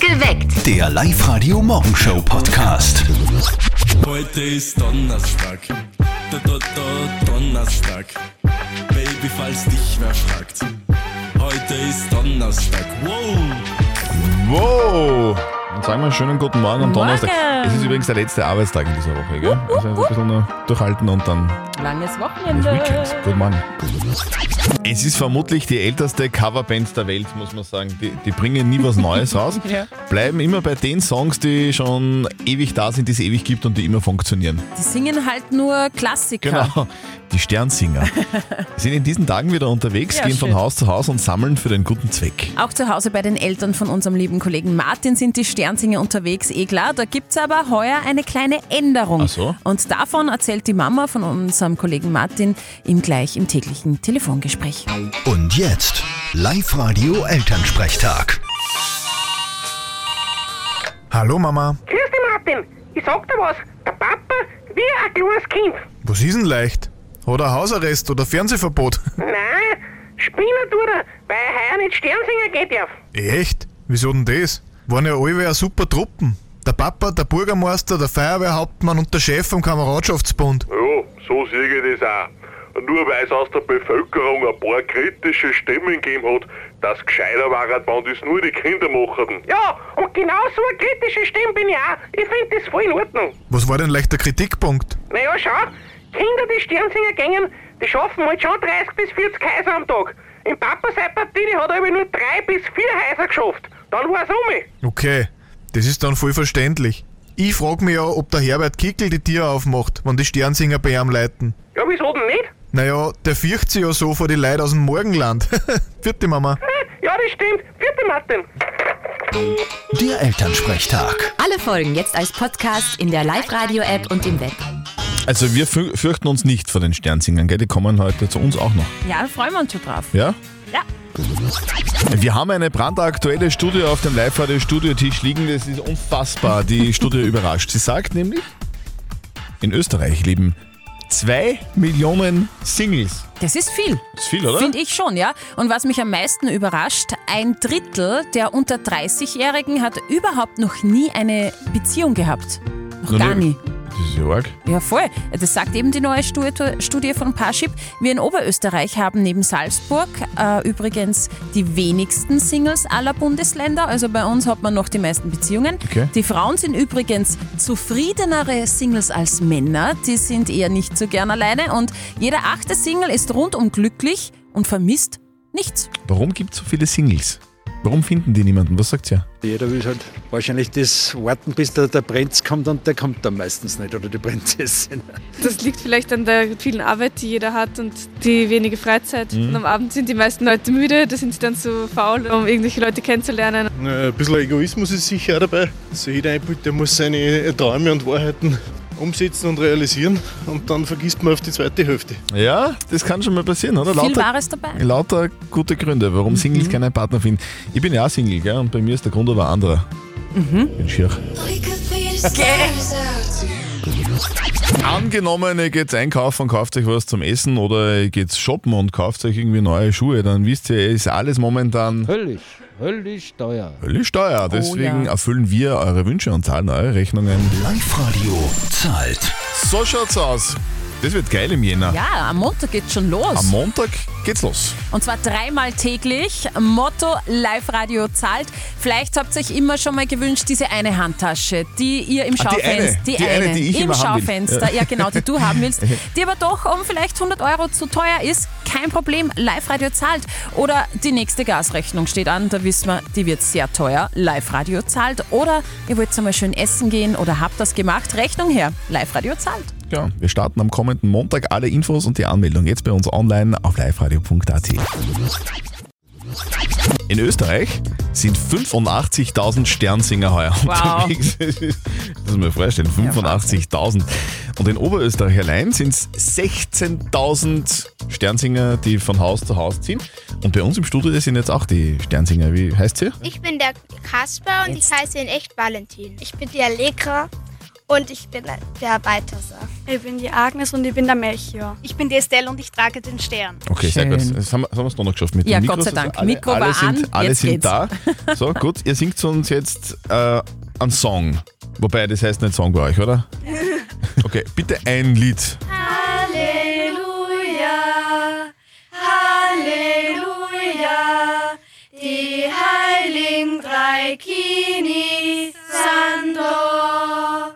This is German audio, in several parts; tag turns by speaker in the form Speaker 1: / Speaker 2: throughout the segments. Speaker 1: Geweckt.
Speaker 2: Der Live-Radio Morgenshow Podcast.
Speaker 3: Heute ist Donnerstag. Da, da, da, Donnerstag. Baby, falls dich wer fragt. Heute ist Donnerstag. Wow!
Speaker 4: Wow! Dann sagen wir einen schönen guten Morgen am Donnerstag.
Speaker 5: Morgen.
Speaker 4: Es ist übrigens der letzte Arbeitstag in dieser Woche, gell? Also ein bisschen noch durchhalten und dann
Speaker 5: Langes
Speaker 4: das
Speaker 5: Wochenende.
Speaker 4: Weekend. Guten Morgen. Es ist vermutlich die älteste Coverband der Welt, muss man sagen. Die, die bringen nie was Neues raus.
Speaker 5: Ja.
Speaker 4: Bleiben immer bei den Songs, die schon ewig da sind, die es ewig gibt und die immer funktionieren.
Speaker 5: Die singen halt nur Klassiker.
Speaker 4: Genau. Die Sternsinger sind in diesen Tagen wieder unterwegs,
Speaker 5: Ja,
Speaker 4: gehen von
Speaker 5: schön.
Speaker 4: Haus zu Haus und sammeln für den guten Zweck.
Speaker 5: Auch zu Hause bei den Eltern von unserem lieben Kollegen Martin sind die Sternsinger unterwegs, eh klar. Da gibt es aber heuer eine kleine Änderung.
Speaker 4: Ach so.
Speaker 5: Und davon erzählt die Mama von unserem Kollegen Martin ihm gleich im täglichen Telefongespräch.
Speaker 2: Und jetzt Live-Radio Elternsprechtag.
Speaker 6: Hallo Mama,
Speaker 7: Grüß dich, Martin. Ich sag dir was. Der Papa wie ein kleines Kind.
Speaker 6: was ist denn leicht? Hat er Hausarrest oder Fernsehverbot?
Speaker 7: Nein, Spinner tut er, weil er heuer nicht Sternsinger gehen darf.
Speaker 6: Echt? Wieso denn das? Waren ja alle eine super Truppen. Der Papa, der Bürgermeister, der Feuerwehrhauptmann und der Chef vom Kameradschaftsbund.
Speaker 8: Ja, so sehe ich das auch. Nur weil es aus der Bevölkerung ein paar kritische Stimmen gegeben hat, dass gescheiter waren, wenn das nur die Kinder machen.
Speaker 7: Ja, und genau so eine kritische Stimme bin ich auch. Ich finde das voll in Ordnung.
Speaker 6: Was war denn leicht der Kritikpunkt?
Speaker 7: Naja, schau, Kinder, die Sternsinger gängen, die schaffen halt schon 30 bis 40 Häuser am Tag. Im Papa seine Partie, die hat aber nur drei bis vier Häuser geschafft. Dann war's um.
Speaker 6: Okay, das ist dann voll verständlich. Ich frage mich ja, ob der Herbert Kickel die Tiere aufmacht, wenn die Sternsinger bei ihm leiten.
Speaker 7: Ja, wieso denn nicht?
Speaker 6: Naja, der fürcht sich ja so vor die Leute aus dem Morgenland. Vierte Mama.
Speaker 7: Ja, das stimmt. Vierte Martin.
Speaker 2: Der Elternsprechtag.
Speaker 9: Alle Folgen jetzt als Podcast in der Live-Radio-App und im Web.
Speaker 4: Also wir fü- fürchten uns nicht vor den Sternsingern, gell? Die kommen heute zu uns auch noch.
Speaker 5: Ja, da freuen wir uns schon drauf.
Speaker 4: Ja?
Speaker 5: Ja.
Speaker 4: Wir haben eine brandaktuelle Studie auf dem Live-Radio-Studiotisch liegen. Das ist unfassbar, die Studie überrascht. Sie sagt nämlich, in Österreich leben zwei Millionen Singles.
Speaker 5: Das ist viel.
Speaker 4: Das ist viel, oder?
Speaker 5: Finde ich schon, ja. Und was mich am meisten überrascht, ein Drittel der unter 30-Jährigen hat überhaupt noch nie eine Beziehung gehabt. Noch
Speaker 4: Noch
Speaker 5: gar
Speaker 4: nie.
Speaker 5: nie.
Speaker 4: Das ist ja arg.
Speaker 5: Ja, voll. Das sagt eben die neue Studie Studie von Parship. Wir in Oberösterreich haben neben Salzburg äh, übrigens die wenigsten Singles aller Bundesländer. Also bei uns hat man noch die meisten Beziehungen.
Speaker 4: Okay.
Speaker 5: Die Frauen sind übrigens zufriedenere Singles als Männer. Die sind eher nicht so gern alleine. Und jeder achte Single ist rundum glücklich und vermisst nichts.
Speaker 4: Warum gibt es so viele Singles? Warum finden die niemanden? Was sagt ihr?
Speaker 10: Jeder will halt wahrscheinlich das warten, bis der, der Prinz kommt und der kommt dann meistens nicht oder die Prinzessin.
Speaker 11: Das liegt vielleicht an der vielen Arbeit, die jeder hat und die wenige Freizeit. Und am Abend sind die meisten Leute müde, da sind sie dann zu faul, um irgendwelche Leute kennenzulernen.
Speaker 8: Ein bisschen Egoismus ist sicher auch dabei. Also jeder Input, der muss seine Träume und Wahrheiten umsetzen und realisieren und dann vergisst man auf die zweite Hälfte.
Speaker 4: Ja, das kann schon mal passieren, oder?
Speaker 5: Viel Wahres Mhm. dabei.
Speaker 4: lauter gute Gründe, warum Singles keinen Partner finden. Ich bin ja auch Single, gell? Und bei mir ist der Grund aber ein anderer.
Speaker 5: Mhm.
Speaker 4: Ich bin schier. Angenommen, ihr geht einkaufen und kauft euch was zum Essen oder ihr geht shoppen und kauft euch irgendwie neue Schuhe, dann wisst ihr, ist alles momentan
Speaker 10: Höllisch, höllisch teuer.
Speaker 4: völlig steuer. Deswegen erfüllen wir eure Wünsche und zahlen eure Rechnungen.
Speaker 2: Live-Radio zahlt.
Speaker 4: So schaut's aus. Das wird geil im Jänner.
Speaker 5: Ja, am Montag geht's schon los.
Speaker 4: Am Montag geht's los.
Speaker 5: Und zwar dreimal täglich. Motto Live-Radio zahlt. Vielleicht habt ihr euch immer schon mal gewünscht, diese eine Handtasche, die ihr im
Speaker 4: Ah, die eine.
Speaker 5: Schaufenster,
Speaker 4: Die eine, die ich
Speaker 5: im
Speaker 4: immer haben will.
Speaker 5: Schaufenster, ja genau, die du haben willst, die aber doch um vielleicht 100 Euro zu teuer ist. Kein Problem, Live-Radio zahlt. Oder die nächste Gasrechnung steht an, da wissen wir, die wird sehr teuer. Live-Radio zahlt. Oder ihr wollt mal schön essen gehen oder habt das gemacht. Rechnung her, Live-Radio zahlt.
Speaker 4: Ja, wir starten am kommenden Montag alle Infos und die Anmeldung jetzt bei uns online auf liveradio.at. In Österreich sind 85.000 Sternsinger heuer
Speaker 5: Wow.
Speaker 4: unterwegs. Das ist- muss man vorstellen, 85.000. Und in Oberösterreich allein sind es 16.000 Sternsinger, die von Haus zu Haus ziehen. Und bei uns im Studio sind jetzt auch die Sternsinger. Wie heißt sie?
Speaker 11: Ich bin der Kasper und ich heiße in echt Valentin. Ich bin die Allegra
Speaker 1: Und ich bin der Balthasar.
Speaker 12: Ich bin die Agnes und ich bin der Melchior.
Speaker 1: Ich bin die Estelle und ich trage den Stern.
Speaker 4: Okay, sehr gut. Das haben wir, das haben wir es doch noch geschafft mit
Speaker 5: Ja,
Speaker 4: den Mikros.
Speaker 5: Gott sei Dank.
Speaker 4: Also Alle,
Speaker 5: Mikro
Speaker 4: alle
Speaker 5: war
Speaker 4: sind,
Speaker 5: an,
Speaker 4: alle
Speaker 5: jetzt
Speaker 4: sind
Speaker 5: geht's.
Speaker 4: da. So, gut. Ihr singt uns jetzt äh, einen Song. Wobei, das heißt nicht Song bei euch, oder? Okay, bitte ein Lied.
Speaker 13: Halleluja, Halleluja, die heiligen drei Kinis sind da.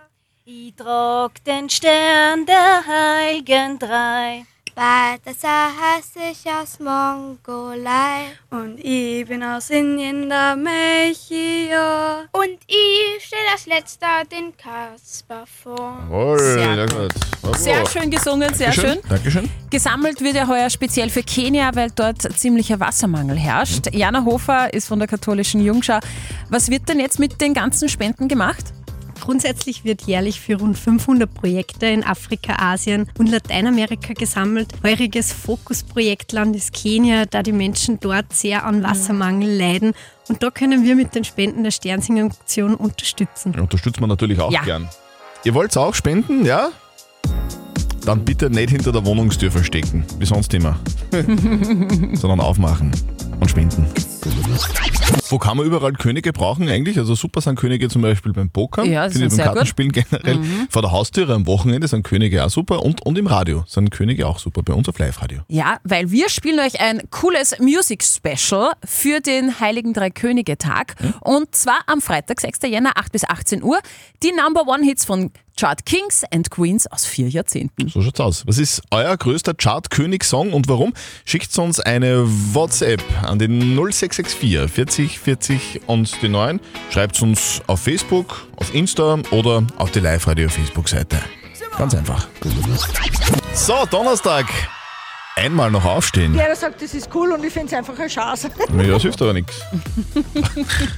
Speaker 13: Ich trag den Stern der heiligen drei.
Speaker 14: Balthasar heiße ich aus Mongolei.
Speaker 12: Und ich bin aus Indien der Melchior.
Speaker 14: Und ich stelle als letzter den Kasper vor.
Speaker 4: Jawohl, also
Speaker 5: Sehr
Speaker 4: sehr gut. Bravo.
Speaker 5: Sehr schön gesungen, sehr
Speaker 4: Dankeschön.
Speaker 5: schön.
Speaker 4: Dankeschön.
Speaker 5: Gesammelt wird ja heuer speziell für Kenia, weil dort ziemlicher Wassermangel herrscht.
Speaker 4: Mhm.
Speaker 5: Jana Hofer ist von der katholischen Jungschau. Was wird denn jetzt mit den ganzen Spenden gemacht?
Speaker 15: Grundsätzlich wird jährlich für rund 500 Projekte in Afrika, Asien und Lateinamerika gesammelt. Heuriges Fokusprojektland ist Kenia, da die Menschen dort sehr an Wassermangel leiden. Und da können wir mit den Spenden der Sternsinger-Aktion unterstützen.
Speaker 4: Unterstützt man natürlich auch
Speaker 15: Ja.
Speaker 4: gern. Ihr wollt auch spenden, ja? Dann bitte nicht hinter der Wohnungstür verstecken, wie sonst immer, sondern aufmachen und spenden. Wo kann man überall Könige brauchen eigentlich? Also super sind Könige zum Beispiel beim Poker,
Speaker 5: Ja, das
Speaker 4: finde ich beim
Speaker 5: sind sehr gut.
Speaker 4: Kartenspielen generell.
Speaker 5: Mhm.
Speaker 4: Vor der Haustüre am Wochenende sind Könige auch super und, und im Radio sind Könige auch super, bei uns auf Live-Radio.
Speaker 5: Ja, weil wir spielen euch ein cooles Music Special für den Heiligen Drei Könige Tag.
Speaker 4: Mhm.
Speaker 5: Und zwar am Freitag, 6. Jänner, 8 bis 18 Uhr, die Number One Hits von Chart Kings and Queens aus vier
Speaker 16: Hm.
Speaker 5: Jahrzehnten.
Speaker 4: So schaut's aus. Was ist euer größter Chart-König-Song und warum? Schickt uns eine WhatsApp an den 0664 40 40 und die 9. Schreibt uns auf Facebook, auf Insta oder auf die Live-Radio-Facebook-Seite. Ganz einfach. So, Donnerstag. Einmal noch aufstehen.
Speaker 16: der sagt, das ist cool und ich finde es einfach eine Chance.
Speaker 4: Ja, das hilft aber nichts.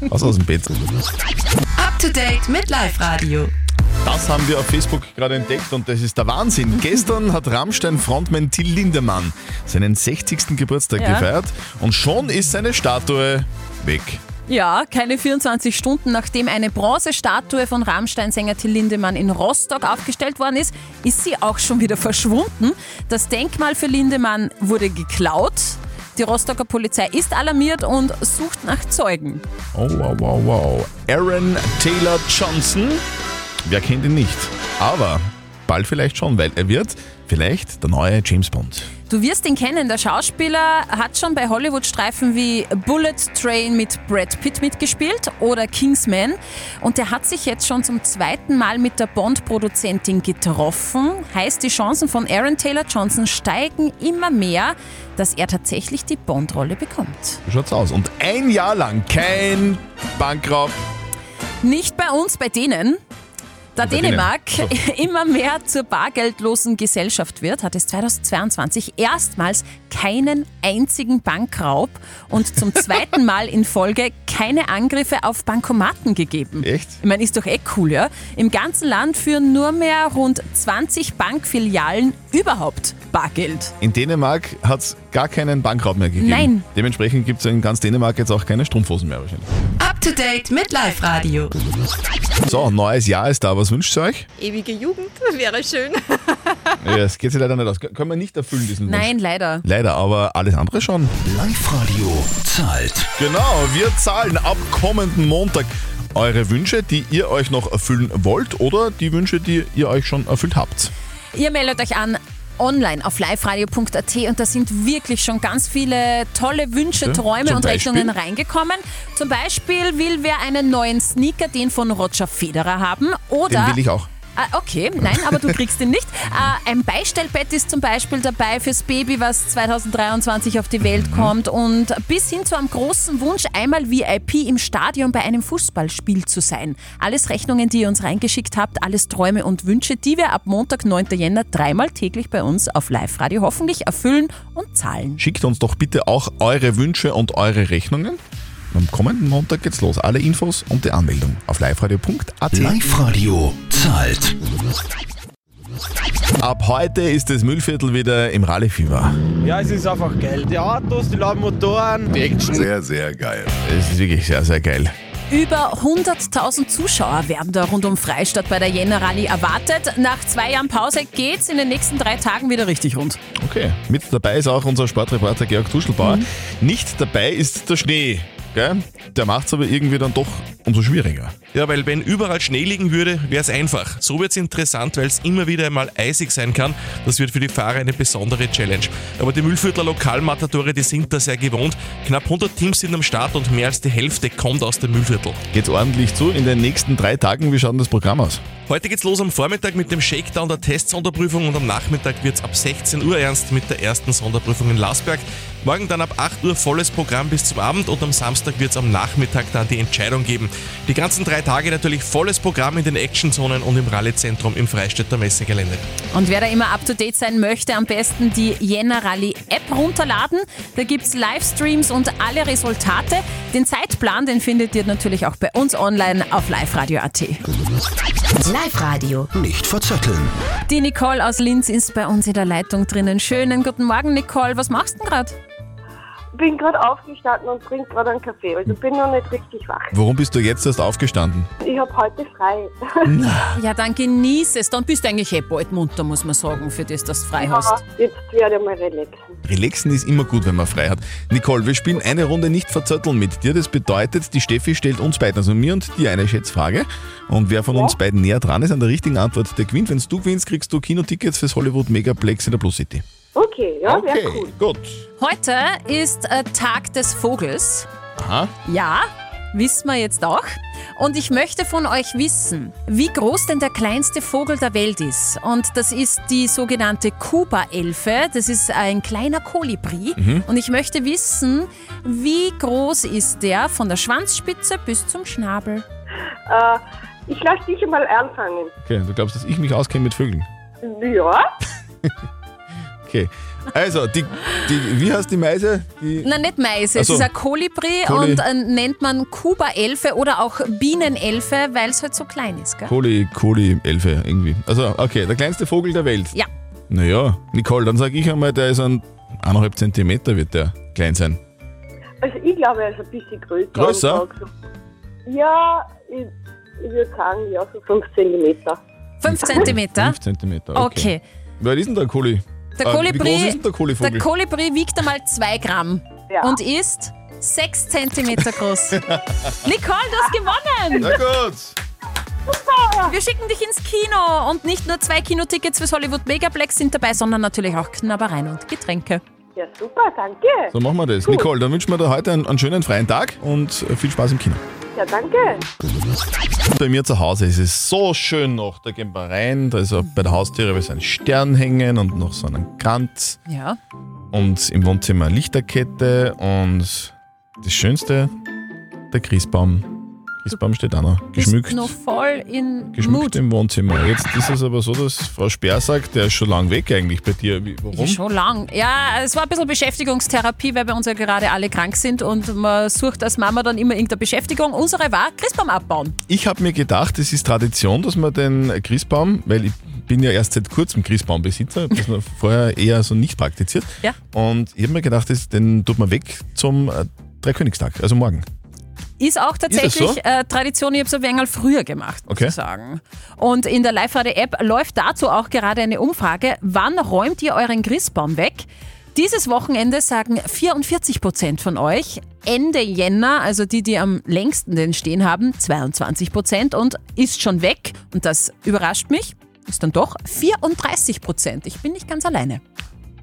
Speaker 4: Was aus dem Bett.
Speaker 17: Up to date mit Live Radio.
Speaker 4: Das haben wir auf Facebook gerade entdeckt und das ist der Wahnsinn. Gestern hat Rammstein-Frontman Till Lindemann seinen 60. Geburtstag
Speaker 5: Ja.
Speaker 4: gefeiert und schon ist seine Statue weg.
Speaker 5: Ja, keine 24 Stunden nachdem eine Bronzestatue von Rammstein-Sänger Till Lindemann in Rostock aufgestellt worden ist, ist sie auch schon wieder verschwunden. Das Denkmal für Lindemann wurde geklaut. Die Rostocker Polizei ist alarmiert und sucht nach Zeugen.
Speaker 4: Oh, wow, wow, wow. Aaron Taylor Johnson. Wer kennt ihn nicht? Aber bald vielleicht schon, weil er wird vielleicht der neue James Bond.
Speaker 5: Du wirst ihn kennen, der Schauspieler hat schon bei Hollywood-Streifen wie Bullet Train mit Brad Pitt mitgespielt oder Kingsman und der hat sich jetzt schon zum zweiten Mal mit der Bond-Produzentin getroffen. Heißt, die Chancen von Aaron Taylor Johnson steigen immer mehr, dass er tatsächlich die Bond-Rolle bekommt.
Speaker 4: So schaut's aus. Und ein Jahr lang kein Bankraub.
Speaker 5: Nicht bei uns, bei denen. Da
Speaker 4: Bei
Speaker 5: Dänemark
Speaker 4: denen.
Speaker 5: immer mehr zur bargeldlosen Gesellschaft wird, hat es 2022 erstmals keinen einzigen Bankraub und zum zweiten Mal in Folge keine Angriffe auf Bankomaten gegeben.
Speaker 4: Echt?
Speaker 5: Ich meine, ist doch eh cool, ja? Im ganzen Land führen nur mehr rund 20 Bankfilialen überhaupt Bargeld.
Speaker 4: In Dänemark hat es gar keinen Bankraub mehr gegeben.
Speaker 5: Nein.
Speaker 4: Dementsprechend gibt es in ganz Dänemark jetzt auch keine Strumpfhosen mehr wahrscheinlich.
Speaker 17: Up to date mit Live Radio.
Speaker 4: So, neues Jahr ist da. Was wünscht ihr euch?
Speaker 18: Ewige Jugend wäre schön.
Speaker 4: Ja, das geht sich leider nicht aus. Kön- Können wir nicht erfüllen, diesen Wunsch.
Speaker 5: Nein, leider.
Speaker 4: Leider, aber alles andere schon. Live-Radio zahlt. Genau, wir zahlen ab kommenden Montag eure Wünsche, die ihr euch noch erfüllen wollt oder die Wünsche, die ihr euch schon erfüllt habt.
Speaker 5: Ihr meldet euch an online auf liveradio.at und da sind wirklich schon ganz viele tolle Wünsche,
Speaker 4: Ja,
Speaker 5: Träume
Speaker 4: zum
Speaker 5: und Rechnungen
Speaker 4: Beispiel?
Speaker 5: reingekommen. Zum Beispiel will wer einen neuen Sneaker, den von Roger Federer haben oder...
Speaker 4: Den will ich auch.
Speaker 5: Ah, okay, nein, aber du kriegst ihn nicht. Äh, ein Beistellbett ist zum Beispiel dabei fürs Baby, was 2023 auf die Welt kommt und bis hin zu einem großen Wunsch, einmal VIP im Stadion bei einem Fußballspiel zu sein. Alles Rechnungen, die ihr uns reingeschickt habt, alles Träume und Wünsche, die wir ab Montag, 9. Jänner, dreimal täglich bei uns auf Live-Radio hoffentlich erfüllen und zahlen.
Speaker 4: Schickt uns doch bitte auch eure Wünsche und eure Rechnungen. Am kommenden Montag geht's los. Alle Infos und die Anmeldung auf liveradio.at.
Speaker 2: Live-Radio zahlt.
Speaker 4: Ab heute ist das Müllviertel wieder im Rallye-Fieber.
Speaker 19: Ja, es ist einfach geil. Die Autos, die lauten Motoren. Die Action.
Speaker 4: Sehr, sehr geil. Es ist wirklich sehr, sehr geil.
Speaker 5: Über 100.000 Zuschauer werden da rund um Freistadt bei der Jänner Rallye erwartet. Nach zwei Jahren Pause geht's in den nächsten drei Tagen wieder richtig rund.
Speaker 4: Okay, mit dabei ist auch unser Sportreporter Georg Tuschelbauer. Nicht dabei ist der Schnee. Gell? Der macht es aber irgendwie dann doch umso schwieriger.
Speaker 19: Ja, weil wenn überall Schnee liegen würde, wäre es einfach. So wird es interessant, weil es immer wieder einmal eisig sein kann. Das wird für die Fahrer eine besondere Challenge. Aber die Mühlviertler Lokalmatadore, die sind da sehr gewohnt. Knapp 100 Teams sind am Start und mehr als die Hälfte kommt aus dem Mühlviertel.
Speaker 4: Geht's ordentlich zu in den nächsten drei Tagen? Wie schaut denn das Programm aus?
Speaker 19: Heute geht's los am Vormittag mit dem Shakedown der Testsonderprüfung und am Nachmittag wird's ab 16 Uhr ernst mit der ersten Sonderprüfung in Lasberg. Morgen dann ab 8 Uhr volles Programm bis zum Abend und am Samstag wird's am Nachmittag dann die Entscheidung geben. Die ganzen drei Tage natürlich volles Programm in den Actionzonen und im Rallye-Zentrum im Freistädter Messegelände.
Speaker 5: Und wer da immer up to date sein möchte, am besten die Jänner Rallye App runterladen. Da gibt's Livestreams und alle Resultate. Den Zeitplan, den findet ihr natürlich auch bei uns online auf liveradio.at.
Speaker 9: Live Radio.
Speaker 2: Nicht verzetteln.
Speaker 5: Die Nicole aus Linz ist bei uns in der Leitung drinnen. Schönen guten Morgen, Nicole. Was machst du denn gerade?
Speaker 20: bin gerade aufgestanden und trinke gerade einen Kaffee, also bin noch nicht richtig wach.
Speaker 4: Warum bist du jetzt erst aufgestanden?
Speaker 20: Ich habe heute frei.
Speaker 5: Ja, dann genieß es. Dann bist du eigentlich eh bald munter, muss man sagen, für das, dass du frei hast.
Speaker 20: Jetzt werde ich mal relaxen.
Speaker 4: Relaxen ist immer gut, wenn man frei hat. Nicole, wir spielen eine Runde nicht verzötteln mit dir. Das bedeutet, die Steffi stellt uns beiden, also mir und dir, eine Schätzfrage. Und wer von uns beiden näher dran ist an der richtigen Antwort, der gewinnt. Wenn du gewinnst, kriegst du Kinotickets fürs Hollywood Megaplex in der Plus City.
Speaker 20: Okay, ja, wäre cool.
Speaker 4: gut.
Speaker 5: Heute ist äh, Tag des Vogels.
Speaker 4: Aha.
Speaker 5: Ja, wissen wir jetzt auch. Und ich möchte von euch wissen, wie groß denn der kleinste Vogel der Welt ist. Und das ist die sogenannte Kuba-Elfe. Das ist ein kleiner Kolibri.
Speaker 4: Mhm.
Speaker 5: Und ich möchte wissen, wie groß ist der von der Schwanzspitze bis zum Schnabel?
Speaker 20: Äh, ich lasse dich mal anfangen.
Speaker 4: Okay, du glaubst, dass ich mich auskenne mit Vögeln?
Speaker 20: Ja,
Speaker 4: Okay. Also, die, die, wie heißt die Meise? Die,
Speaker 5: Na, nicht Meise,
Speaker 4: Ach so.
Speaker 5: es ist ein Kolibri
Speaker 4: Koli-
Speaker 5: und äh, nennt man Kuba-Elfe oder auch Bienenelfe, weil es halt so klein ist, gell?
Speaker 4: Kohli, Kohli, Elfe, irgendwie. Also, okay, der kleinste Vogel der Welt.
Speaker 5: Ja.
Speaker 4: Naja, Nicole, dann sage ich einmal, der ist ein eineinhalb Zentimeter wird der klein sein.
Speaker 20: also ich glaube, er ist ein bisschen größer.
Speaker 4: Größer?
Speaker 20: Und auch so- Ja, ich, ich würde sagen, ja, so 5 cm.
Speaker 5: 5 Zentimeter?
Speaker 4: 5 Zentimeter,
Speaker 5: Okay.
Speaker 4: okay. Wer ist denn der Kohli?
Speaker 5: Der
Speaker 4: Ah,
Speaker 5: Kolibri,
Speaker 4: Wie groß ist denn der Kohlivogel?
Speaker 5: der Kolibri wiegt einmal 2 Gramm und ist 6 Zentimeter groß. Nicole, du hast gewonnen!
Speaker 4: Na gut.
Speaker 5: Wir schicken dich ins Kino und nicht nur zwei Kinotickets fürs Hollywood Megaplex sind dabei, sondern natürlich auch Knabbereien und Getränke.
Speaker 20: Ja, super, danke.
Speaker 4: So machen wir das.
Speaker 20: Gut.
Speaker 4: Nicole, dann wünschen wir dir heute einen, einen schönen freien Tag und äh, viel Spaß im Kino.
Speaker 20: Ja, danke.
Speaker 4: Bei mir zu Hause ist es so schön noch. Da gehen wir rein, da ist auch bei der Haustüre wird so ein Stern hängen und noch so einen Kranz.
Speaker 5: Ja.
Speaker 4: Und im Wohnzimmer eine Lichterkette und das Schönste, der Christbaum. Christbaum steht auch noch geschmückt.
Speaker 5: Bist noch voll in
Speaker 4: Geschmückt
Speaker 5: Mut.
Speaker 4: im Wohnzimmer. Jetzt ist es aber so, dass Frau Sperr sagt, der ist schon lang weg eigentlich bei dir. Wie- Warum?
Speaker 5: Ja, schon lang. Ja, es war ein bisschen Beschäftigungstherapie, weil bei uns ja gerade alle krank sind und man sucht als Mama dann immer irgendeine Beschäftigung. Unsere war Christbaum abbauen.
Speaker 4: Ich habe mir gedacht, es ist Tradition, dass man den Christbaum, weil ich bin ja erst seit kurzem Christbaumbesitzer, das man vorher eher so nicht praktiziert.
Speaker 5: Ja.
Speaker 4: Und ich habe mir gedacht, das, den tut man weg zum äh, Dreikönigstag, also morgen.
Speaker 5: Ist auch tatsächlich
Speaker 4: Ist das so?
Speaker 5: äh, Tradition, ich habe es ein wenig früher gemacht.
Speaker 4: Okay.
Speaker 5: Sagen. Und in der Live-Radio-App läuft dazu auch gerade eine Umfrage. Wann räumt ihr euren Christbaum weg? Dieses Wochenende sagen 44 Prozent von euch. Ende Jänner, also die, die am längsten den stehen haben, 22 Prozent und ist schon weg. Und das überrascht mich. Ist dann doch 34 Prozent. Ich bin nicht ganz alleine.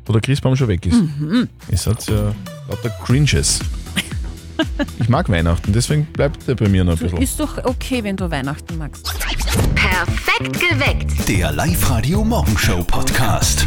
Speaker 4: Wo der Christbaum schon weg ist. Ihr seid ja lauter Cringes. ich mag Weihnachten, deswegen bleibt der bei mir noch ein bisschen.
Speaker 5: Ist doch okay, wenn du Weihnachten magst.
Speaker 9: Perfekt geweckt.
Speaker 2: Der Live-Radio Morgenshow Podcast.